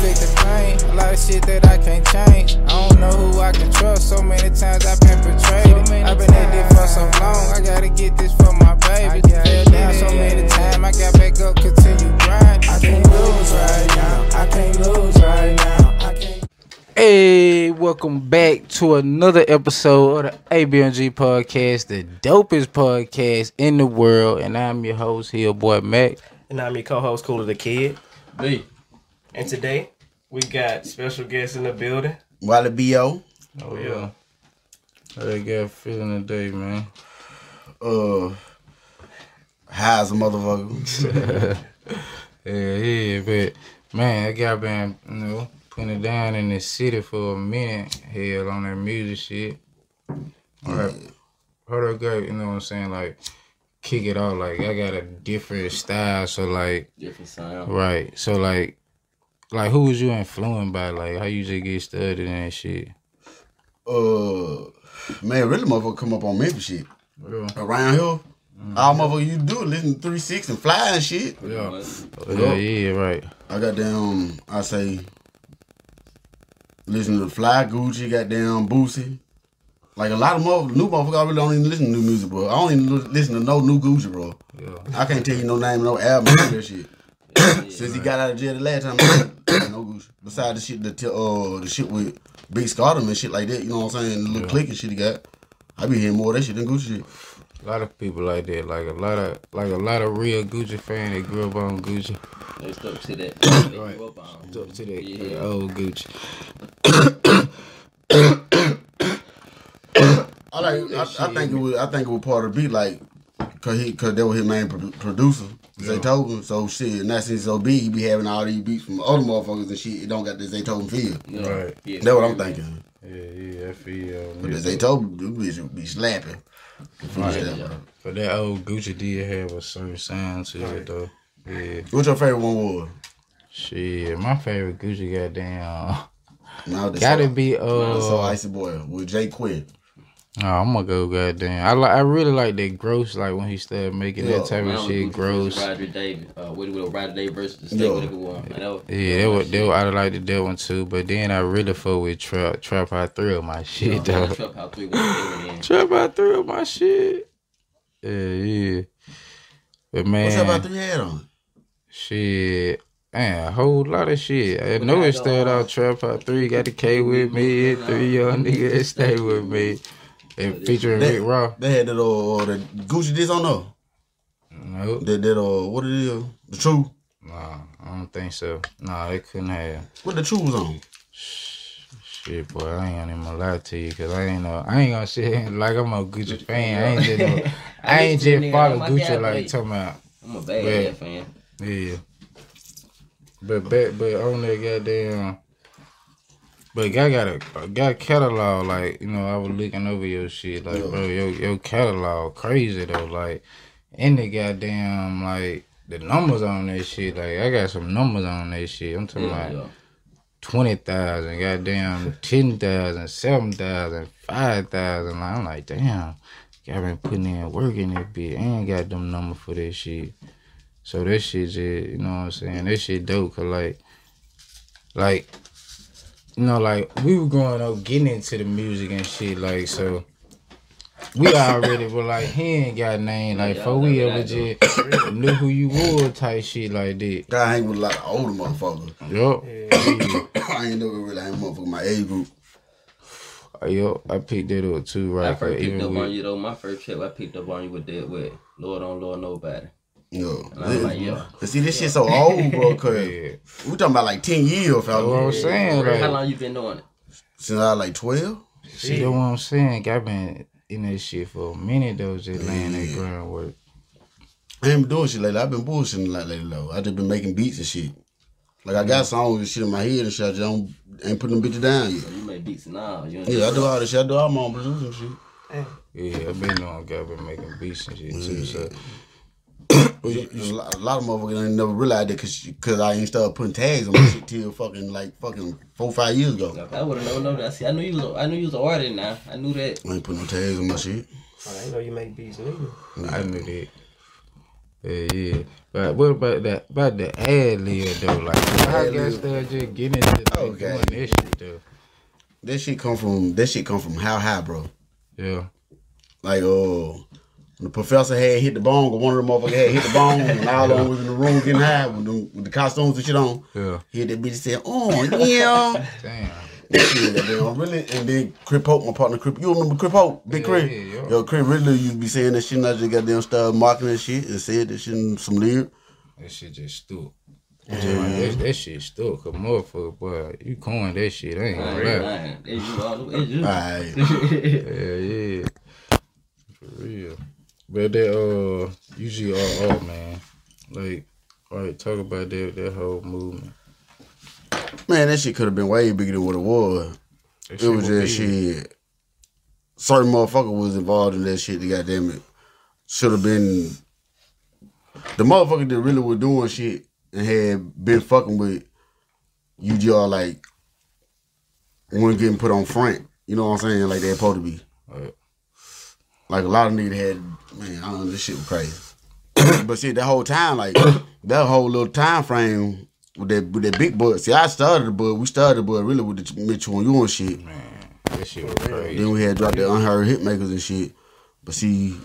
quick to claim. A lot of shit that I can't change. I don't know who I can trust. So many times I've been betrayed. I've been at this for so long. I gotta get this for my baby. Fell down so many times. I got back up, continue grind. I can't lose right now. I can't lose right now. I can't. Hey, welcome back to another episode of the ABMG podcast, the dopest podcast in the world, and I'm your host here, boy Mac. And I'm your co-host, Cooler the Kid. B. And today we got special guests in the building. Wally B.O. Oh yeah. How they got feeling today, man? Uh, high as a motherfucker. Yeah, yeah, but man, I got been you know putting it down in this city for a minute, hell on that music shit. All right, heard I got you know what I'm saying, like kick it off, like I got a different style, so like Different sound. Right. So like, like who was you influenced by? Like how you just get started in that shit? Uh, man, really motherfucker come up on Memphis shit. Yeah. Around here, all motherfucker you do is listen to 3 6 and fly and shit. Yeah. Yeah. Yeah. Yeah. Right. I got down, I say, listen to the Fly, Gucci, got down, Boosie. Like a lot of mother, new motherfuckers, I really don't even listen to new music, bro. I don't even li- listen to no new Gucci, bro. I can't tell you no name, no album, none of that shit. Since he got out of jail the last time, no Gucci. Besides the shit, the t- uh, the shit with Big Scottum and shit like that, you know what I'm saying? The little click and shit he got. I be hearing more of that shit than Gucci shit. A lot of people like that. Like a lot of like a lot of real Gucci fan that grew up on Gucci. They stuck to that. They grew Right. up on. Up to that Yeah. that old Gucci. I like. I, I think it was. I think it was part of the beat, like, cause he, cause that was his main pro- producer. Zaytoven. So shit, and that since so big, he be having all these beats from other motherfuckers and shit. It don't got the Zaytoven feel. No. Right. Yeah. That's what I'm thinking. Yeah. Yeah. I feel. But yeah. the Zaytoven the bitch would be slapping. yeah. But that old Gucci did have a certain sound to it though. Yeah. What's your favorite one was? Shit. My favorite Gucci goddamn. uh, Now that's Gotta so, be uh. so icy boy with Jay Quinn. Oh, I'm gonna go goddamn. I like. I really like that gross. Like when he started making Yeah, that type Mine of was shit Gucci versus gross. Roger Davis. Uh, with with Roger Davis versus the state. Yeah. Whatever one. I know. Yeah, that was that. was- I like that one too. But then I really fuck with trap. Trap I threw my shit though. Trap House Three was different then. Trap I threw my shit. Yeah, yeah. But man, What's up about three head on? shit. Man, a whole lot of shit. I But know I it don't- started out Trap Out 3, got the K with me, and three young niggas that stay with me. And featuring That- Rick Raw. They had that uh, the Gucci this on though. Nope. That that uh what it is? The truth. Nah, I don't think so. Nah, they couldn't have. What the truth was on? Shit, boy, I ain't even gonna lie to you, cause I ain't know, I ain't gonna sit here like I'm a Gucci fan. I ain't just, no, I ain't listen to just nigga, follow I'm a Gucci bad like boy. talking about, I'm a bad Yeah. fan. yeah. But back, but on that goddamn, but I got a, I got a catalog. Like you know, I was looking over your shit, like bro, your your catalog crazy though. Like in the goddamn, like the numbers on that shit. Like I got some numbers on that shit. I'm talking about. Yeah. twenty thousand, goddamn ten thousand, seven thousand, five thousand. Like, I'm like, damn, y'all been putting in work in this bitch. I ain't got them number for this shit. So that shit just, you know what I'm saying? That shit dope, cause like, like, you know, like we were growing up getting into the music and shit, like so. We already were like, he ain't got name, like, Yeah, for we y'all know ever that, though. just knew who you were type shit like that. I hang with a lot of older motherfuckers. Yup. I ain't never really hang motherfucker my age group. Yo, I picked that up too, right? I first Like, picked up even on with, you though. My first trip, I picked up on you with that with Lord on Lord Nobody. You know, And I'm like, This- yeah. But see, this shit so old, bro. Cause yeah. we talking about like ten years, That's what I'm fella. saying. Like, How long you been doing it? Since I was like twelve. see, that's what I'm saying. I've been in this shit for a minute though, just laying that groundwork. I ain't been doing shit lately. I've been bullshitting like lately though. I just been making beats and shit. Like I got songs and shit in my head and shit. I just don't ain't putting them bitches down yet. You make beats now. You ain't- Yeah, I do all this shit. I do all my own producing shit. Yeah, I've been on. I've been making beats and shit too. So A lot, a lot of motherfuckers ain't never realized that cause, cause I ain't started putting tags on my shit till fucking like fucking four five years ago. I would have never known that. See, I knew you. Was, a- I knew you was an artist now. I knew that. Oh, I ain't putting no tags on my shit. I didn't know you make beats neither. I knew that. Yeah, yeah. But what about that? About the ad lib though, like how Ad lib. gangsta just getting into Oh, doing God. this shit though. That shit come from that shit come from how high, bro. Yeah, Like oh, when the professor had hit the bong, or one of them motherfuckers had hit the bong, and all of them was in the room getting high with the, with the costumes and shit on. yeah. He Hit that bitch said, "Oh yeah." Damn. That shit was goddamn really, and then Crip Hope, my partner Crip, you remember Crip Hope, Big Yeah, Crip? yeah, yeah. Yo, Crip really used to be saying that shit, and I just goddamn started marking that shit and said that shit in some lyric. That shit just stupid. That, that shit stupid, cause motherfucker, boy, you coin that shit. I ain't I gonna ain't lie. lying. It's you all the way. It's you. Alright, Yeah, yeah. For real. But that uh UGRR man, like like talk about that that whole movement. man, that shit could have been way bigger than what it was. That It shit was big. just shit. Certain motherfucker was involved in that shit. That goddamn it should have been the motherfucker that really was doing shit and had been fucking with UGR like wasn't getting put on front. You know what I'm saying? Like they supposed to be. Right. Like a lot of niggas had man, I don't know, this shit was crazy. but shit, that whole time, like that whole little time frame with that with that big bud. See, I started the bud. We started the bud really with the Mitchell and you and shit. That shit was crazy. Then we had dropped the unheard hitmakers and shit. But see,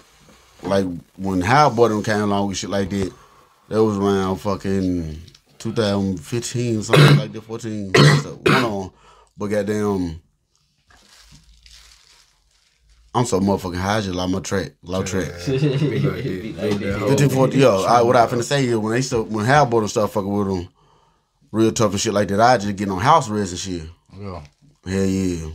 like when How Boy them came along with shit like that, that was around fucking 2015, something like that, 14. so, One on, but goddamn, I'm so motherfucking high. I just like my track, low track. Be like that. Be like that. 15, 14, yo, I, what I finna say is when they start, when How Boy them start fucking with them, real tough and shit like that, I just get on house arrest and shit. Yeah. Hell yeah.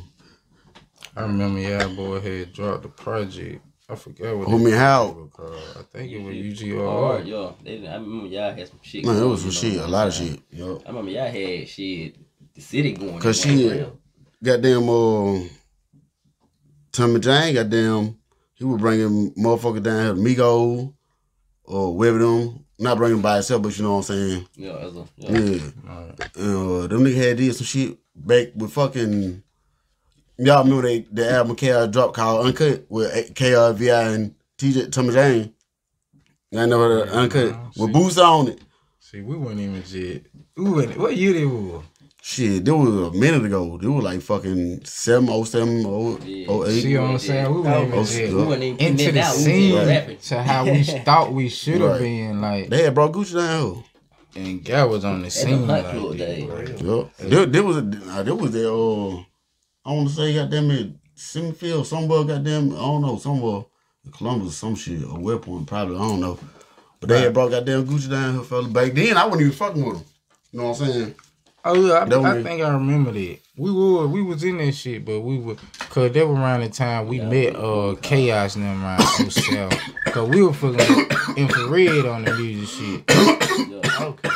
I remember y'all boy had dropped the project. I forgot what Who that me how? was called. I think it was Hard, UGRR. yo. They, I remember y'all had some shit. Man, it going was some on, shit, you a know. lot of shit. Yo. I remember y'all had shit. The city going. Cause in one she- round. goddamn uh Tommy Jane, goddamn, he was bringing motherfucker down here, Migo or whoever them. Not bringing by itself, but you know what I'm saying. Yeah, that's a- yeah. Yeah. Uh, them nigga had did some shit back with fucking y'all remember they the album KR dropped called Uncut with A- KR VI and TJ Tommy Jane. I know the Uncut with Boots on it. See, we weren't even jet. We went, what year they were? Shit, this was a minute ago. This was like fucking oh 7, 07, See 08. what I'm saying? We weren't even Oh, jet. yeah. We weren't even putting into it the out. We scene was rapping. to how we thought we should have Right. been like They had brought Gucci down here. and guy was on the At the scene hot like club that. day. Yep. There, there was a nah, there was that uh I wanna say goddamn it Simfield somewhere goddamn I don't know, somewhere Columbus some shit or weapon probably I don't know. But they had brought goddamn Gucci down here fella back then I wasn't even fucking with them. You know what I'm saying? Oh yeah, I, That I was- think I remember that. We were we was in that shit, but we were cause that was around the time we met uh chaos and them around himself. Cause we were fucking infrared on the music shit. okay.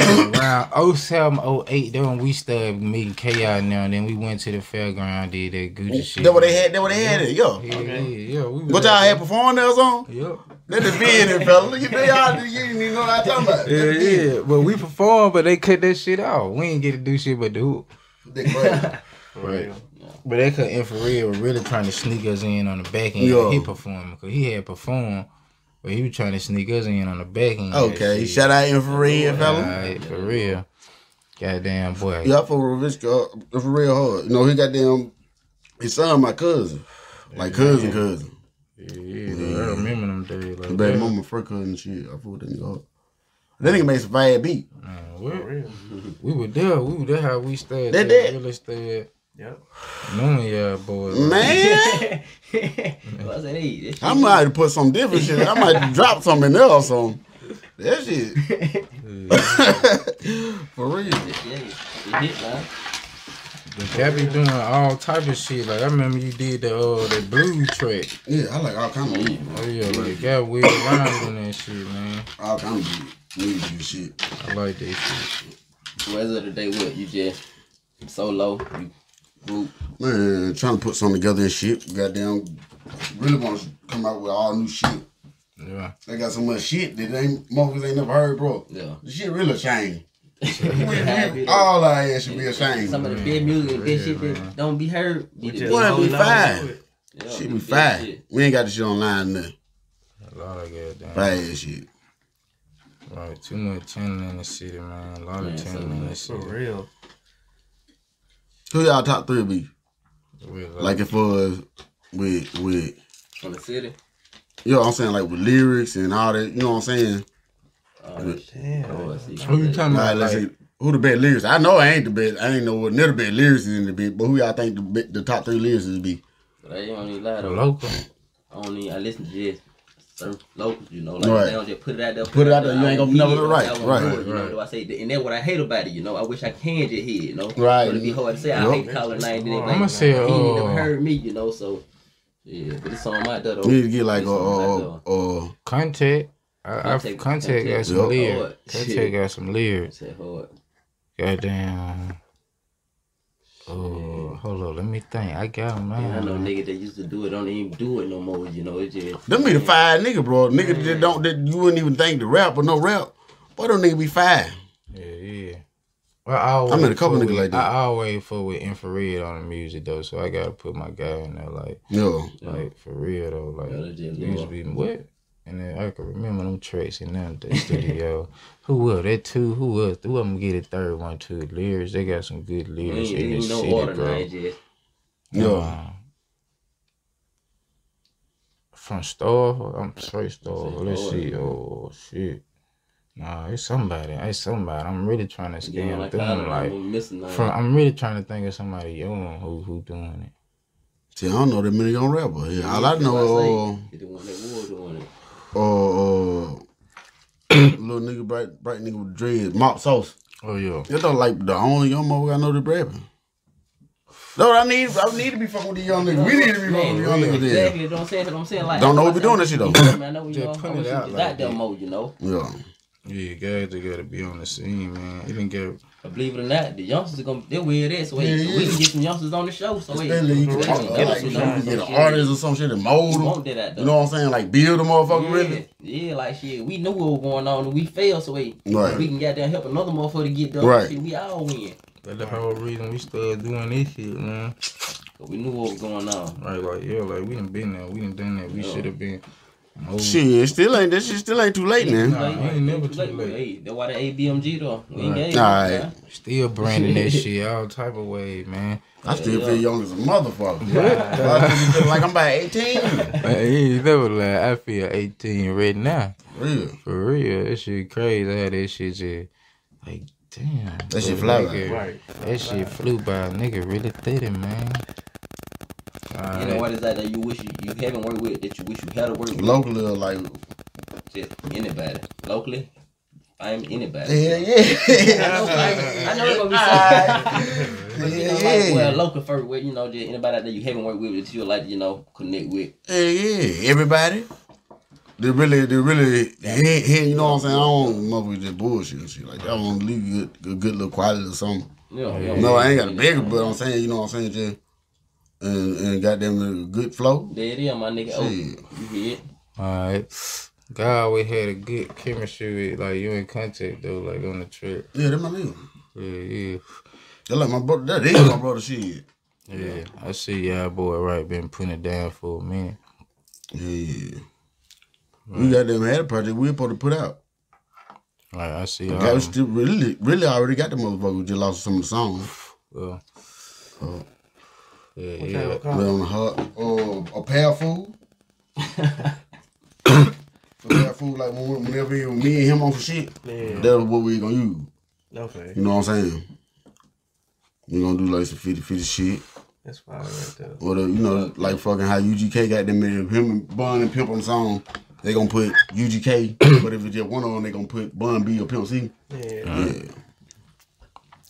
Around 07, 08, then when we started meeting chaos now, and then we went to the fairground, did that Gucci shit. That what they had that what they had it, yo. Yeah, yeah, yeah. We was What y'all had performing there or something? Yep. Let the be in it, fella. Look at that y'all you didn't even know what I'm talking about. Yeah, yeah. But we performed, but they cut that shit out. We ain't get to do shit but the hoop. Big brain. Right. But that cut infrared was really trying to sneak us in on the back end. Yeah. He performed because he had performed, but he was trying to sneak us in on the back end. Okay, shout out infrared, fella. Alright, for real. Goddamn boy. Yeah, I fuck with Ravishka uh, for real hard. You know, he got damn his son, my cousin. Like cousin, cousin. Yeah, yeah, I remember them days. Like, His baby that. mama frick cousin and shit. I fuck with that nigga hard. That nigga made some bad beat. Man, what? We were there. We were there. How we stayed. They there, did. Really stayed. Yep. Knowing y'all boys. like, Man, I said, hey, this I might have put some different shit. I might drop something there or something. That shit. for real. shit, yeah, it hit, man. Y'all be doing all type of shit. Like I remember you did the uh, the blue track. Yeah, I like all kind of beat. Oh yeah, like got weird around on that shit, man. All kind of beat. Music and shit. I like that shit. Where's the other day? What you just solo? You group? Man, trying to put something together and shit. Goddamn, really want to come out with all new shit. Yeah. They got so much shit that they motherfuckers ain't never heard, bro. Yeah. The shit really ashamed. Happy. All our ass should be ashamed. Some of the big music and big shit that don't be heard. Be the just big- Boy, we hold on to fine. it. yeah, Shit be be big fine. shit. We ain't got the shit online now. A lot of goddamn. Bad ass shit. Like too much channeling in the city, man. A lot Man, of so channeling in the much. For city. real. Who y'all top three be? With, Like if was with with From the city. you know what I'm saying, like with lyrics and all that, you know what I'm saying? Oh, Damn. oh, I see. who you talking about? Like, let's Like, see. Who the best lyrics? I know I ain't the best. I ain't know what near the best lyrics in the bit, but who y'all think the, be- the top three lyrics is be? They don't even lie though. local. I don't even, I listen to this. Certain locals, you know, like Right. they don't just put it out there. Put it out there, you ain't gonna I never- wanna right, hear it, I right, wanna do it, You right. know, do I say that? And that's what I hate about it. You know, I wish I can just hear it. You know, Right. But it be hard to say. I Yup. hate calling name. I'm Like, I'ma say, he ain't never uh, heard me. You know, so yeah. But it's on my door. You need to get like It's uh on my uh door. uh Contact. I, I, Contact- contact, got some Yup. lyrics. Oh, shit. Contact got some lyrics. It's that hard. Goddamn. Oh, hold on. Let me think. I got And I know mine. nigga that used to do it don't even do it no more. You know, it just Them be the five nigga, bro. Nigga Mm. that don't that you wouldn't even think the rap or no rap. Boy, them nigga be five. Yeah, yeah. Well, I always I met a couple fuck niggas with- like that. I always fuck with infrared on the music though, so I gotta put my guy in there, like, No. like for real though, like Yeah, that just it used to love. be what? And then I can remember them tracks in there at the studio. Who else? That two? Who else? Who I'm gonna get a third one too? Lyrics? They got some good it lyrics ain't in even this no city, order. bro. Now, it just No. Uh, from store, I'm straight store. Say Let's store. see. Oh shit. Nah, it's somebody. It's somebody. I'm really trying to you know, scan like through I don't them. Like remember missing none. from, I'm really trying to think of somebody young who who doing it. See, I don't know that many young rapper. Yeah, all I know It's the one that was doing it. uh uh, uh little nigga bright bright nigga with dreads, mop sauce. Oh yeah. That's not like the only young motherfucker I know that rapping. No, I need I need to be fucking with the young niggas. We need to be fucking with the young niggas then. Exactly. That's what I'm saying. That's what I'm saying. Like, Don't know I- what we doing that shit, though. I mean, I know, you Just know, put I it wish you out was like out there that. more, you know. Yeah. Yeah, guys, they gotta be on the scene, man. It didn't get But believe it or not, the youngsters are gonna they're where it is. So wait, Yeah, we yeah. can get some youngsters on the show. So wait, Especially you we can can talk get like some you young can people get an shit. artist or some shit and We mold want them. that out You know what I'm saying? Like build a motherfucker yeah, really. yeah, like shit, we knew what was going on and we failed. So wait, Right. if we can goddamn help another motherfucker to get done. Right. Shit, we all win. that's the whole reason we started doing this shit, man. But we knew what was going on. Like like yeah, like we done been there, we done done that. We Yeah. should have been. Oh, Shit, it still ain't that shit still ain't too late now. Nah, ain't never too but, late. Hey, that's why the ABMG though. We ain't Right. gave up, Alright. man. Still branding that shit all type of way, man. I still Yeah. feel young as a motherfucker. I still feel like I'm about 18. you never lie. I feel 18 right now. Real. For real. That shit crazy how that shit just like damn. That shit bro, fly by. nigga, Right. That shit flew by. Nigga really did it, man. Nah, You know what is that that you wish you, you haven't worked with that you wish you had to work with? Locally, like, Just anybody. Locally, I'm anybody. yeah, yeah. I know it's gonna be Alright. something. But you know, like, Yeah, yeah. well, local first, well, you know, just anybody that you haven't worked with that you like, you know, connect with. yeah, yeah. Everybody. They really, they really, hey, hey, you know what I'm saying? I don't mother with this bullshit and shit. Like, that. I want to leave you a, a good little quality or something. Yeah, No, I ain't got a beggar, but I'm saying, you know what I'm saying, just, and, and goddamn a good flow. There it is, my nigga. Oh, Shit. you hear it? Alright. God always had a good chemistry with like you in contact though, like on the trip. Yeah, that's my nigga. Yeah, yeah. They're like my brother. That is my brother shit. Yeah. I see y'all boy right been putting it down for a minute. Yeah. We goddamn had a project we supposed to put out. Like I see That y'all. was still really, really already got the motherfucker. We just lost some of the songs. Well, Oh. yeah, yeah. Lay on the hot, uh, a pair of food. a pair of food, like when we- whenever it was me and him on some shit, Yeah. that was what we gonna use. Okay. You know what I'm saying? We gonna do like some 50 50 shit. That's fine right there. Or the, you know, like fucking how UGK got them in him and Bun and Pimp on the song. They gonna put UGK, but if it's just one on, they gonna put Bun B or Pimp C. Yeah. Yeah,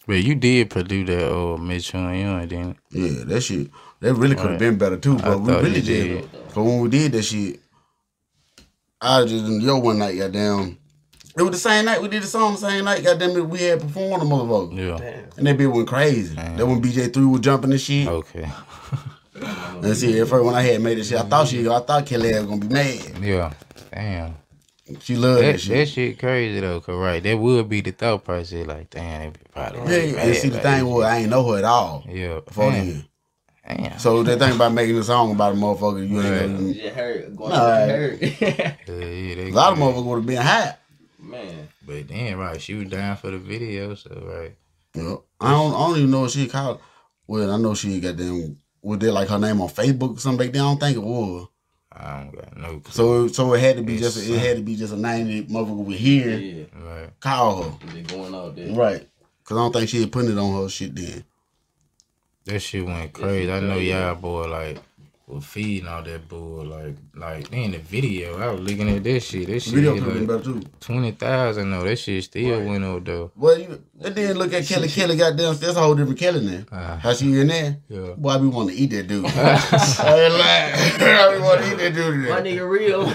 But you did produce that uh, old Mitchell and Young, didn't it? yeah, that shit. That really could have Right. been better too, but we thought really you did. did. But when we did that shit, I just yo one night goddamn. It was the same night we did the song. The same night goddamn it, we had performed the motherfucker, Yeah. Damn. and that bitch went crazy. That when BJ three was jumping and shit. Okay. And see, at first when I had made this shit, I thought she, I thought Kelly was gonna be mad. Yeah. Damn. She loved That, that, that shit. shit crazy though, cause right, that would be the thought process. Like, damn, it probably. yeah, mad and see the about thing this was I ain't know her at all shit. Yeah. before damn. then. Damn. So they think about making a song about a motherfucker, you ain't You gonna. just heard going Nah. to heard. Yeah, yeah, they A lot of good. motherfuckers would have been hot. Man. But then, right, she was down for the video, so right. Yeah. I don't, I don't even know what she called. Well, I know she got them. Was there like her name on Facebook or something back then? I don't think it was. I don't got no clue. So it- so it had to be Yes, just it had to be just a name that motherfucker would hear Yeah. Right. call her. They going out there. Right. Cause I don't think she had putting it on her shit then. That shit went crazy. I know y'all boy like were feeding all that bull like like in the video. I was looking at this shit. This The shit video hit, could have been like better too. twenty thousand though. That shit still Right. went up though. Well, you it did look at Kelly. Kelly goddamn, that's a whole different Kelly now. Ah. Uh, How she in there? yeah. Boy, I be want to eat that dude. I ain't lying. I be want to eat that dude. My Today. nigga real, man.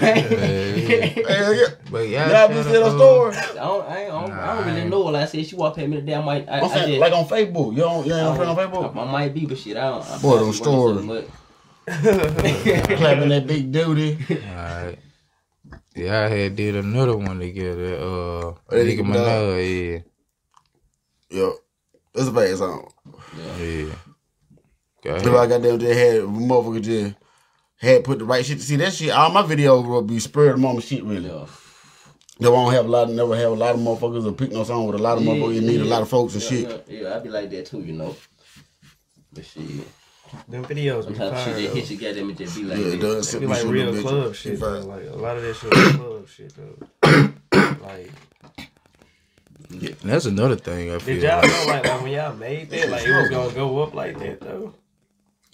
Yeah. Hell yeah. But y'all, Y'all shout been to the out- store? I don't, I, ain't, I, don't, I don't really know what I said. She walked past me today. I might, I, I, I'm just, saying, like on Facebook. You don't, you ain't I on friend on don't- Facebook? I might be, but shit, I don't. I Boy, probably them wasn't so much. Clapping that big duty. Alright. Yeah, I had did another one together. Uh, Hey, Nicki nah. Minaj. Yo, that's a bad song. Yeah, yeah. Go ahead. If I goddamn just had motherfucker just had put the right shit. See that shit. All my videos will be spur of the moment shit really. Yeah. They won't have a lot. Never have a lot of motherfuckers or pick no song with a lot of Yeah, motherfuckers. You need a yeah. lot of folks and yeah, shit. Yeah, yeah, I be like that too, you know. But shit, Them videos be sometimes shit that fire. hits you, goddamn, it just be like Yeah, it that. does. It Be be like shooting real them bitches. club shit. Be fine. Though. Like a lot of that shit was club shit though. Like, And that's another thing I feel. did y'all like- know like, like when y'all made that, like it was gonna go up like that though?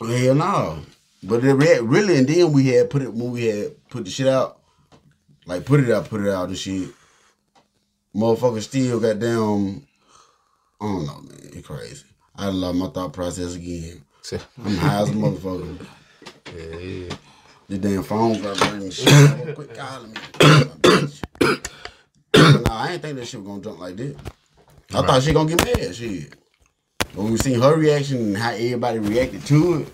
Hell no. But it re- really, and then we had put it when we had put the shit out, like put it out, put it out and shit. Motherfuckers still got down. I don't know, man. It's crazy. I love my thought process again. I'm high as a motherfucker. yeah, yeah. The damn phone got ringing. Shit, quit calling me. Bitch. But nah, I ain't think that shit was gonna jump like that. I thought she gonna get mad. Shit. But when we seen her reaction and how everybody reacted to it,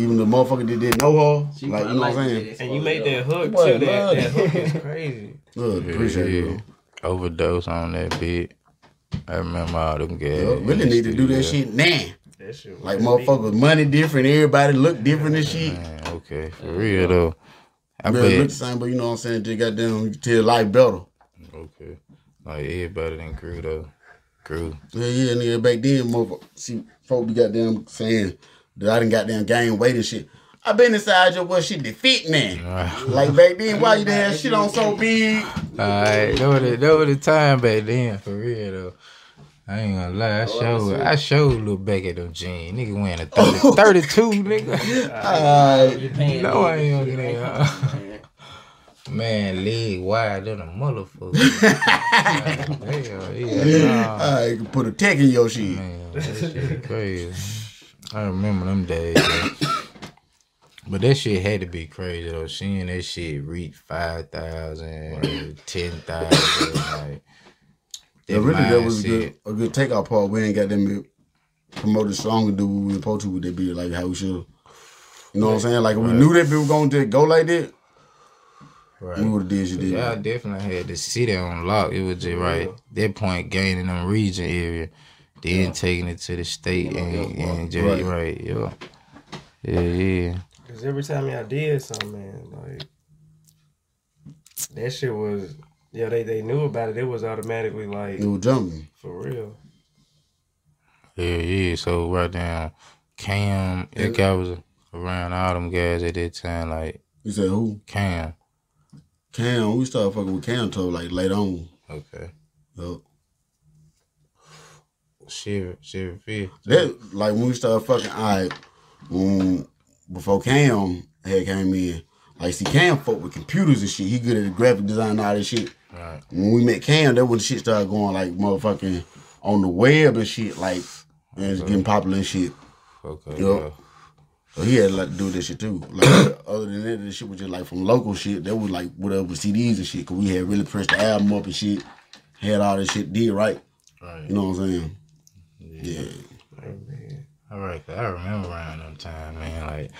even the motherfucker that didn't know her, She like you know what I'm probably like saying. that. And you made that hook too. Boy, That, love that hook is crazy. Look, appreciate Yeah, it. yeah. bro. Overdose on that bit. I remember all them guys. Yeah, really need to do that shit now. That shit. was Like big. motherfuckers, money different, everybody look different and shit. Man, okay, for real though. I Everybody look the bet. same, but you know what I'm saying. Just goddamn, you can tell life better. Okay, like everybody done grew though. Grew. Yeah, yeah, nigga. Back then, motherfucker, see, folk be goddamn saying that I didn't goddamn gain weight and shit. I been inside your boy shit to fit man. Alright, Like back then, why you done have shit on so big? that was the, that was the time back then. For real though. I ain't gonna lie, I showed I showed look back at them jeans. Nigga wearing a 30, 32, nigga. Alright, Paying No, I me. ain't gonna get that. Man, Man, leg wide than a motherfucker. Hell yeah. nah. alright, you can put a tech in your shit. Man, that shit crazy. I remember them days. man. But that shit had to be crazy though. Seeing that shit reach 5,000, 10,000. Like, Yeah, really, that was mindset. a good, a good takeout part. We ain't got them promoted song and do what we supposed to with that bitch, like how we should. You know what I'm saying? Like if we knew that bitch was gonna just go like that, Right. we would have did shit. did. Y'all definitely had the city on lock. It was just right that point gaining them region area, then taking it to the state and, and just right. Right. yeah, yeah, yeah. Cause every time y'all did something, man, like that shit was. Yeah, they, they knew about it. It was automatically like It was jumping. for real. Yeah, yeah. So right now, Cam, that guy was around all them guys at that time. Like You said who? Cam, Cam. We started fucking with Cam till like late on. okay, Yup. Shiver, Shiver Fear. That like when we started fucking, I um, before Cam had came in. Like see, Cam fuck with computers and shit. He good at the graphic design and all that shit. Right, When we met Cam, that when shit started going like motherfucking on the web and shit. Like and it's getting popular and shit. okay, Yup. yeah. So he had a lot to do with that shit too. Like other than that, this shit was just like from local shit. That was like whatever with CDs and shit. Cause we had really pressed the album up and shit. Had all this shit did right. right. You know what I'm saying? Yeah. Like, man. All right, 'cause I remember around them time, man. Like,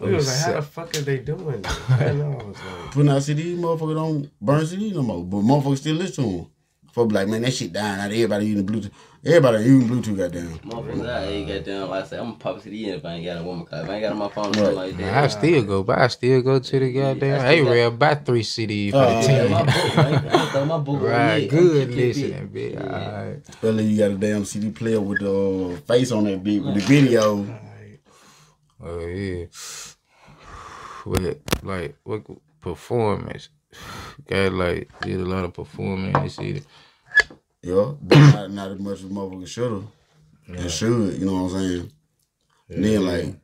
We was oh, like, how the fuck are they doing this? I know. I was like, Putting out CDs, motherfucker don't burn CDs no more. But motherfuckers still listen to them. Folk be like, man, that shit dying out. Everybody using Bluetooth. Everybody using Bluetooth, goddamn. Motherfuckers out here got down. Like I said, I'm gonna pop a CD in if I ain't got a woman card. If I ain't got it on my phone or something like Man, I that. still go, but I still go to the goddamn I still got- A-Rab, buy three CDs for Uh, the Yeah, my team. book, man. I'm gonna throw my book on Right, it. good I'm keeping it. listening, bitch. All right. Fella, you got a damn CD player with the uh, face on that bitch with the video. Oh yeah. But like what performance? Got like did a lot of performing and shit. Yeah, but not, not as much as motherfuckers should've. And should, you know what I'm saying? And then like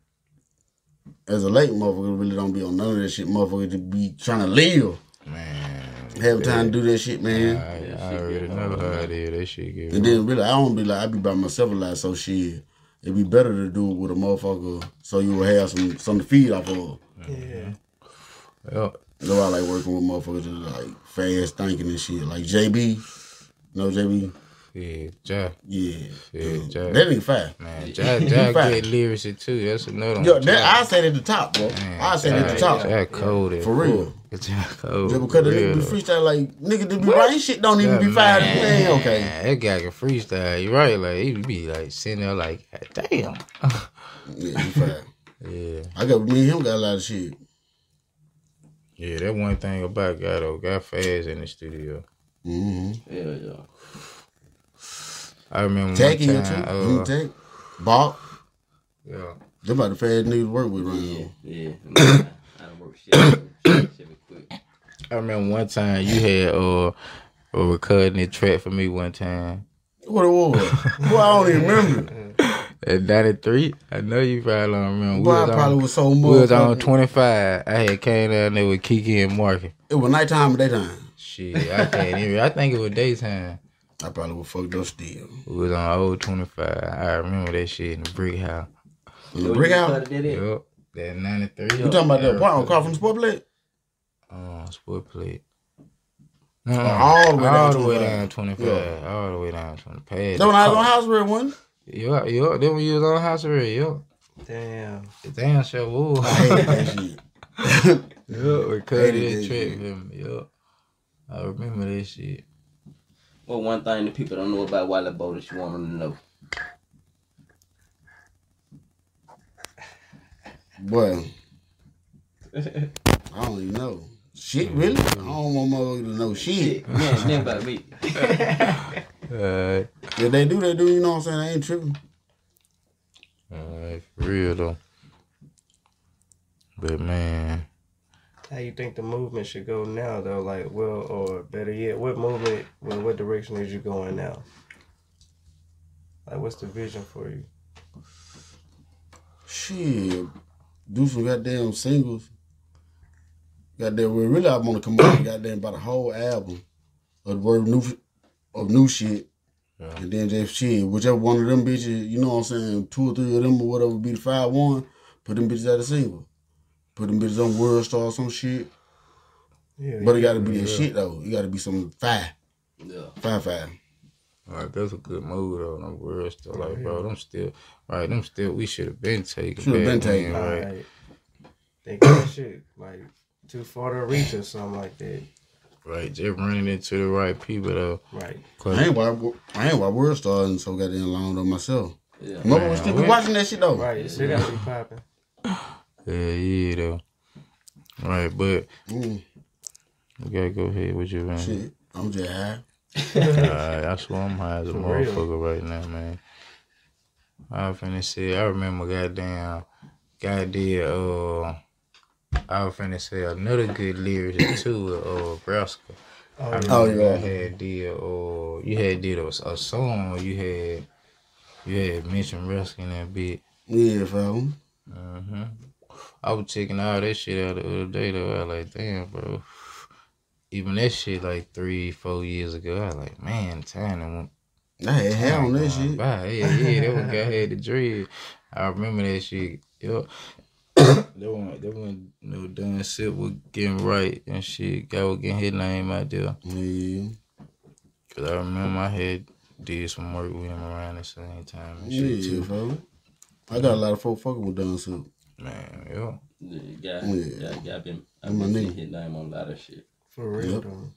as a late motherfucker really don't be on none of that shit, motherfucker to be trying to live. Man, Have time to do that shit, man. I, I already know how it is. That shit get And then really I don't be like I be by myself a lot, so shit. It'd be better to do it with a motherfucker so you will have some something to feed off of. Yeah. Oh, That's why I like working with motherfuckers that like fast thinking and shit. Like JB. No JB? yeah, Ja. Yeah. Yeah, Ja. That ain't fast. Man, Ja, Ja Fact. good lyrics too. That's another one. Yo, that, I Ja. said at the top, bro. I said at the Ja, top. Ja cold as For real. fuck. Ja cold. Just because the for nigga real. be freestyle like nigga to be right, his shit don't even be fired. Man, okay. Man, that guy can freestyle. You right? Like he be like sitting there like, "God damn. Yeah, he fired. Yeah. I got me and him got a lot of shit. Yeah, that one thing about God though, got fast in the studio. Mm-hmm. Yeah, yeah. I remember Tag one him time, too. uh, Mm, tag. Bop. yeah. They about the fast niggas to work with right Yeah, now. yeah. Man, I done work shit. Shit be quick. I remember one time you had uh a recording a track for me one time. What it was? Boy, I don't even remember. At 93, I know you probably don't remember. Boy, we I was probably on, was so we was on much. 25. I had came down there with Kiki and Marky. It was nighttime or daytime. Shit, I can't even. I think it was daytime. I probably was fucked up still. We was on old 25. I remember that shit in the brick house. In Yo, the you brick out. started that it? Yup, that 93. You talking about that part on car from the sport plate? Oh, sport plate. Uh-uh. all the way down all the way 25. down 25. All the way down 25. That when I was on house rent one. Yeah, yeah. Then when you was on house arrest, yeah. Damn. Damn, sure was. I hated that shit. yeah, we cut Hated that that trip, shit. man. Yeah, I remember that shit. Well, one thing that people don't know about Wally Bo that you want them to know. Boy. I don't even know. Shit, really? I don't want motherfuckers to know shit. Shit, man, it's nothing about me. Alright, If they do, they do. You know what I'm saying? I ain't tripping. alright, for real though. But man, How you think the movement should go now though? Like, well, or better yet, what movement? Well, what direction is you going now? Like, what's the vision for you? Shit, do some goddamn singles. Goddamn, well, really, I want to come out and goddamn about a whole album of word new of new shit. Yeah. And then just shit, whichever one of them bitches, you know what I'm saying, two or three of them or whatever be the five one, put them bitches out a single. Put them bitches on World Star or some shit. Yeah. But it gotta be that shit though. It gotta be some five. Yeah. Five five. like that's a good move though. Them words still like, bro, them still, right? Them still, we should have been taking. Shoulda back been taken. then, right? Like, they got shit like too far to reach or something like that. Right, just running into the right people though. Right. 'Cause- I ain't why I ain't why World Star isn't so goddamn long though myself. Yeah. Motherfuckers still be we- watching that shit though. Right. Shit got to be popping. yeah, yeah though. Right, but Mm, you gotta go ahead with your man. shit. I'm just high. Alright, I swear I'm high as a For real. motherfucker right now, man. I was finna say, I remember goddamn, goddamn, uh, I was finna say another good lyric too, uh, Brasco. I remember Oh, yeah. I had did, uh, you had did a, a song, you had, you had mentioned Brasco in that bit. Yeah, fam. hmm I was checking all that shit out the other day though. I was like, damn, bro. Even that shit like three, four years ago, I was like, man, time done went I had hair on that shit. by. Yeah, yeah, that one guy had the dread. I remember that shit. Yo, that one, that one, you know, done shit was getting right and shit. Guy was getting his name out there. Yeah. Cause I remember I had did some work with him around the same time and shit Yeah, too. fam. I got a lot of folk fucking with Don Soup. Man, yo. Yeah, guy, Yeah. guy, guy been, I'm I've a been nigga. seeing his name on a lot of shit. For real Yep. though.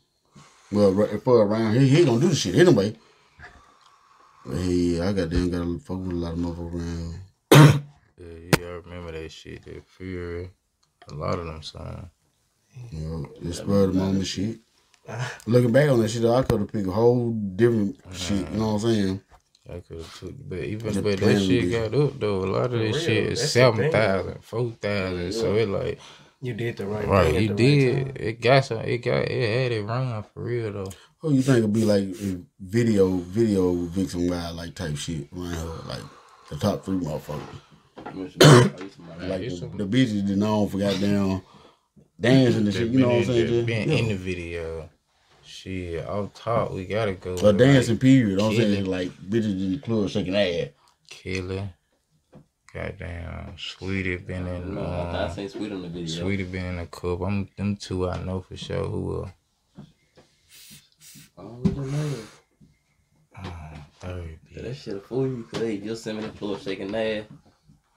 Well, right- for around here, he ain't gonna do the shit anyway. But he, I goddamn gotta fuck with a lot of motherfuckers around. Yeah, yeah, I remember that shit. That Fury, a lot of them songs. You know, the spur of the moment shit. Looking back on that shit, though, I could have picked a whole different shit. You know what I'm saying? I could have took, but even Just but that playing shit with got up though. A lot of this real, shit is that's the thing. seven thousand, four thousand. So it like You did the right right, thing. at you the did. Right time. it got some. It got it had it run for real though. Who you think would be like a video, video victim guy like type shit around here? Like the top three motherfuckers. Like it's the, some- the bitches that known for goddamn dancing and shit. You know what I'm Just saying? Being Yeah. in the video, shit. Off top, we gotta go. A with, dancing period. I'm Killing. saying like bitches in the club shaking ass. Killer. Goddamn, Sweetie been I don't in. know. I thought I Um, seen Sweet on the video. Sweetie been in a cup. I'm them two. I know for sure who will. I Oh, don't really know. Third Yeah, bitch. that shit'll fool you. Cause they just send me the floor shaking ass,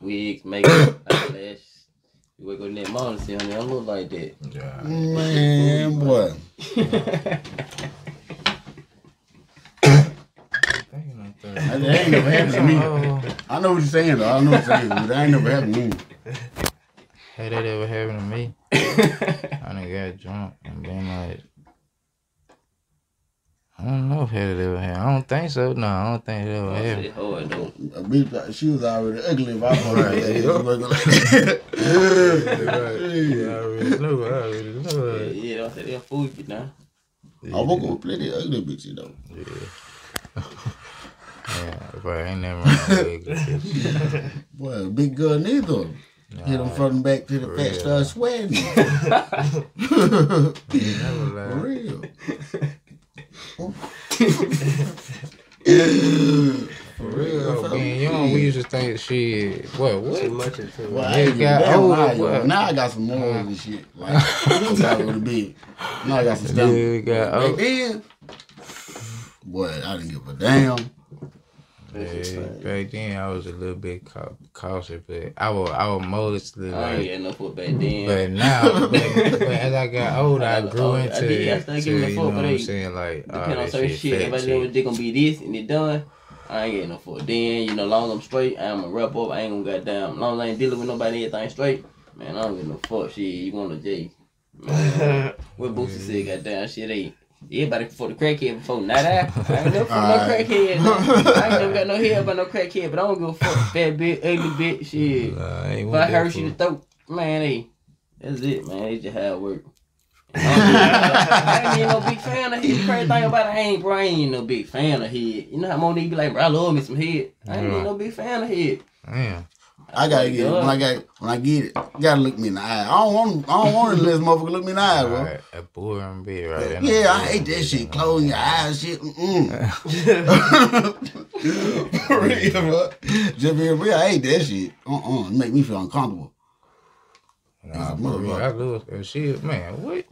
wigs, makeup, eyelash. You wake up in that morning, see honey, I don't look like that. Yeah. Man, boy. Thinking of third. That ain't never happened to me. Oh, I know what you're saying though. I know what you're saying, but that ain't never happened to me. had that ever happened to me? I done got drunk and been like, I don't know if had it ever happened. I don't think so. No, I don't think it ever Oh, happened. shit hard though. A bitch, like, she was already ugly if I put her in that. I already know. I already Yeah, know. yeah, I said they'll fool you now. I woke up with plenty of ugly bitches though. Yeah, but I ain't never mind. Boy, a big girl neither. Hit them front and back to the fat real. start sweating. Never For lied. real. For real. Yo, Being young, we used to think shit. What? Too What? much is too Well, much. I ain't Nigga give a got damn older, now, yo. boy. now I got some morals and shit. Like, that's how it would be. Now I got some stuff. Nigga got Back older. then, boy, I didn't give a damn. Yeah, back then I was a little bit cau- cautious, but I was I was modestly I like. ain't got no foot back then. But now, but, but as I got older, I grew Oh, I into did. I it. started To, giving a you fuck, know what but I'm they- saying? Like, all Depending on that certain shit, shit, everybody fat knows shit. they gonna be this and it done. I ain't getting no foot. Then, you know, long I'm straight, I'm a wrap up. I ain't gonna goddamn. Long as I ain't dealing with nobody, everything straight. Man, I don't give no fuck. Shit, you want to J. Man, what Boosie said, Mm. goddamn, shit ain't. Everybody before the crackhead before not I. I ain't never fuck no Alright. crackhead. man. I ain't never got no head about no crackhead, but I don't give a fuck. Fat bitch, ugly bitch, shit. Nah, I ain't If I want that hurt you in the fool. throat, man, hey, that's it, man. It's just how it work. uh, I ain't even no big fan of his. Crazy thing about it, I ain't, bro, I ain't even no big fan of his. You know how Monique be like, bro, I love me some head. I ain't even no big fan of his. Damn. I gotta get it when I got when I get it. You gotta look me in the eye. I don't want I don't want to let this motherfucker look me in the eye, All bro. right, a boring bit, right? That Yeah, no I hate boring that bit, shit. no. Closing your eyes, shit. Mm-mm. For real, bro. Just being real, I hate that shit. Uh-uh. It make me feel uncomfortable. Nah, for real, motherfucker. I love that shit, man. What?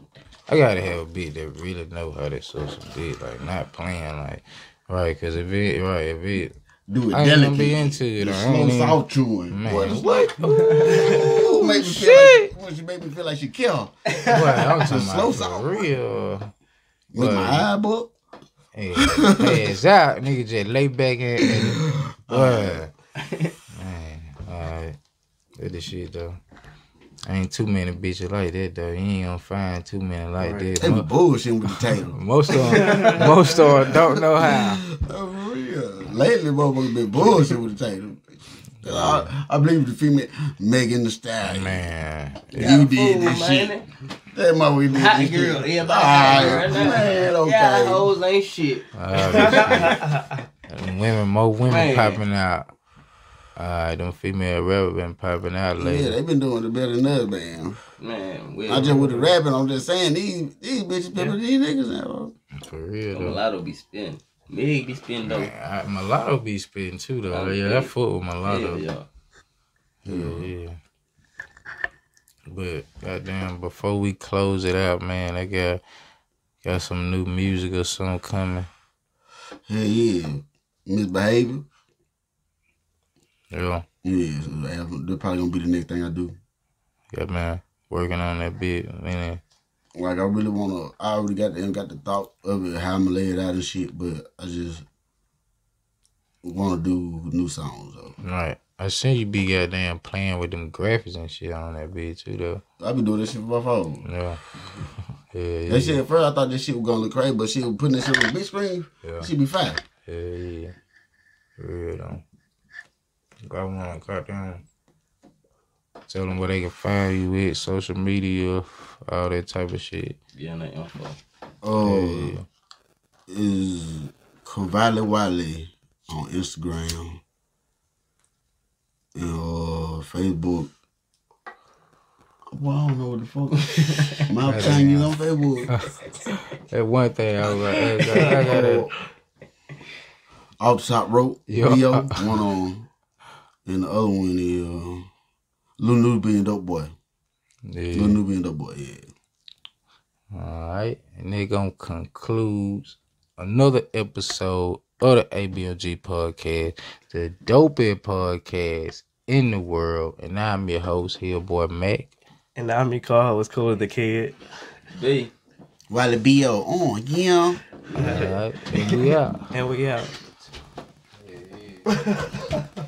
I gotta have a bitch that really know how to social dick, like not playing, like right? Cause if it, right, if it, Do it I ain't delicately. gonna be into it. The I slow ain't even- soft chewing. man, Boy, what? Ooh, make me feel like, she make me feel like she killed. Boy, I'm talking slow about soft. for real. With my Right. eye book. Hey, pass out, nigga. Just lay back and, and boy, man, alright. That the shit though. Ain't too many bitches like that though. You ain't gonna find too many like Right. They that. be Mo- bullshitting with the tail. Most of 'em- most of 'em don't know how. For real. Lately, motherfuckers been bullshit with the title. I, I believe the female Megan the Stallion. Man, You did this shit. That motherfucker did Hot this girl, shit. yeah, All about hot girl, right, right now. Ah, man, Yeah, okay. hoes ain't shit. Uh, this shit. Them women, more women Man. popping out. Uh, them female rapper been popping out Yeah, lately. they been doing it better than us, man. Man, well, Not just with the rapping, I'm just saying these these bitches pepper these niggas out. For real though. Mulatto be spinning. Meg be spinning though. I, mulatto be spitting too though. Oh, yeah, yeah. that foot with mulatto. Hell Yeah, yeah. yeah. But goddamn, before we close it out, man, I got got some new music or something coming. Hell yeah. Misbehavior. Yeah, Yeah, so the album- they're probably gonna be the next thing I do. yeah, man, working on that bit, man. Like I really wanna I already got the got the thought of it, how I'ma lay it out and shit, but I just wanna do new songs though. Right. I seen you be goddamn playing with them graphics and shit on that bitch too though. I been doing this shit for my phone. Yeah. Yeah, That yeah, shit at first I thought this shit was gonna look crazy, but she was putting this shit on the big screen, Yeah. she be fine. yeah, yeah. Real though. Got one, goddamn. Tell them where they can find you at, social media, all that type of shit. Yeah, and that info. Oh Yeah. is Kavali Wiley on Instagram and uh, Facebook. Well, I don't know what the fuck. My thing is on Facebook. That one thing I was like, hey, I got it. Off the top rope, Yeah. Leo, one on, and the other one is uh, Lil Newbie and Dope Boy. Yeah. Lil Newbie and Dope Boy, yeah. All right, and they gonna conclude another episode of the ABLG podcast, the dopest podcast in the world. And I'm your host, Hillboy Mac. And I'm your co-host, Cool the Kid. B. Wiley B.O. on, yeah. All right, and we out. And we out.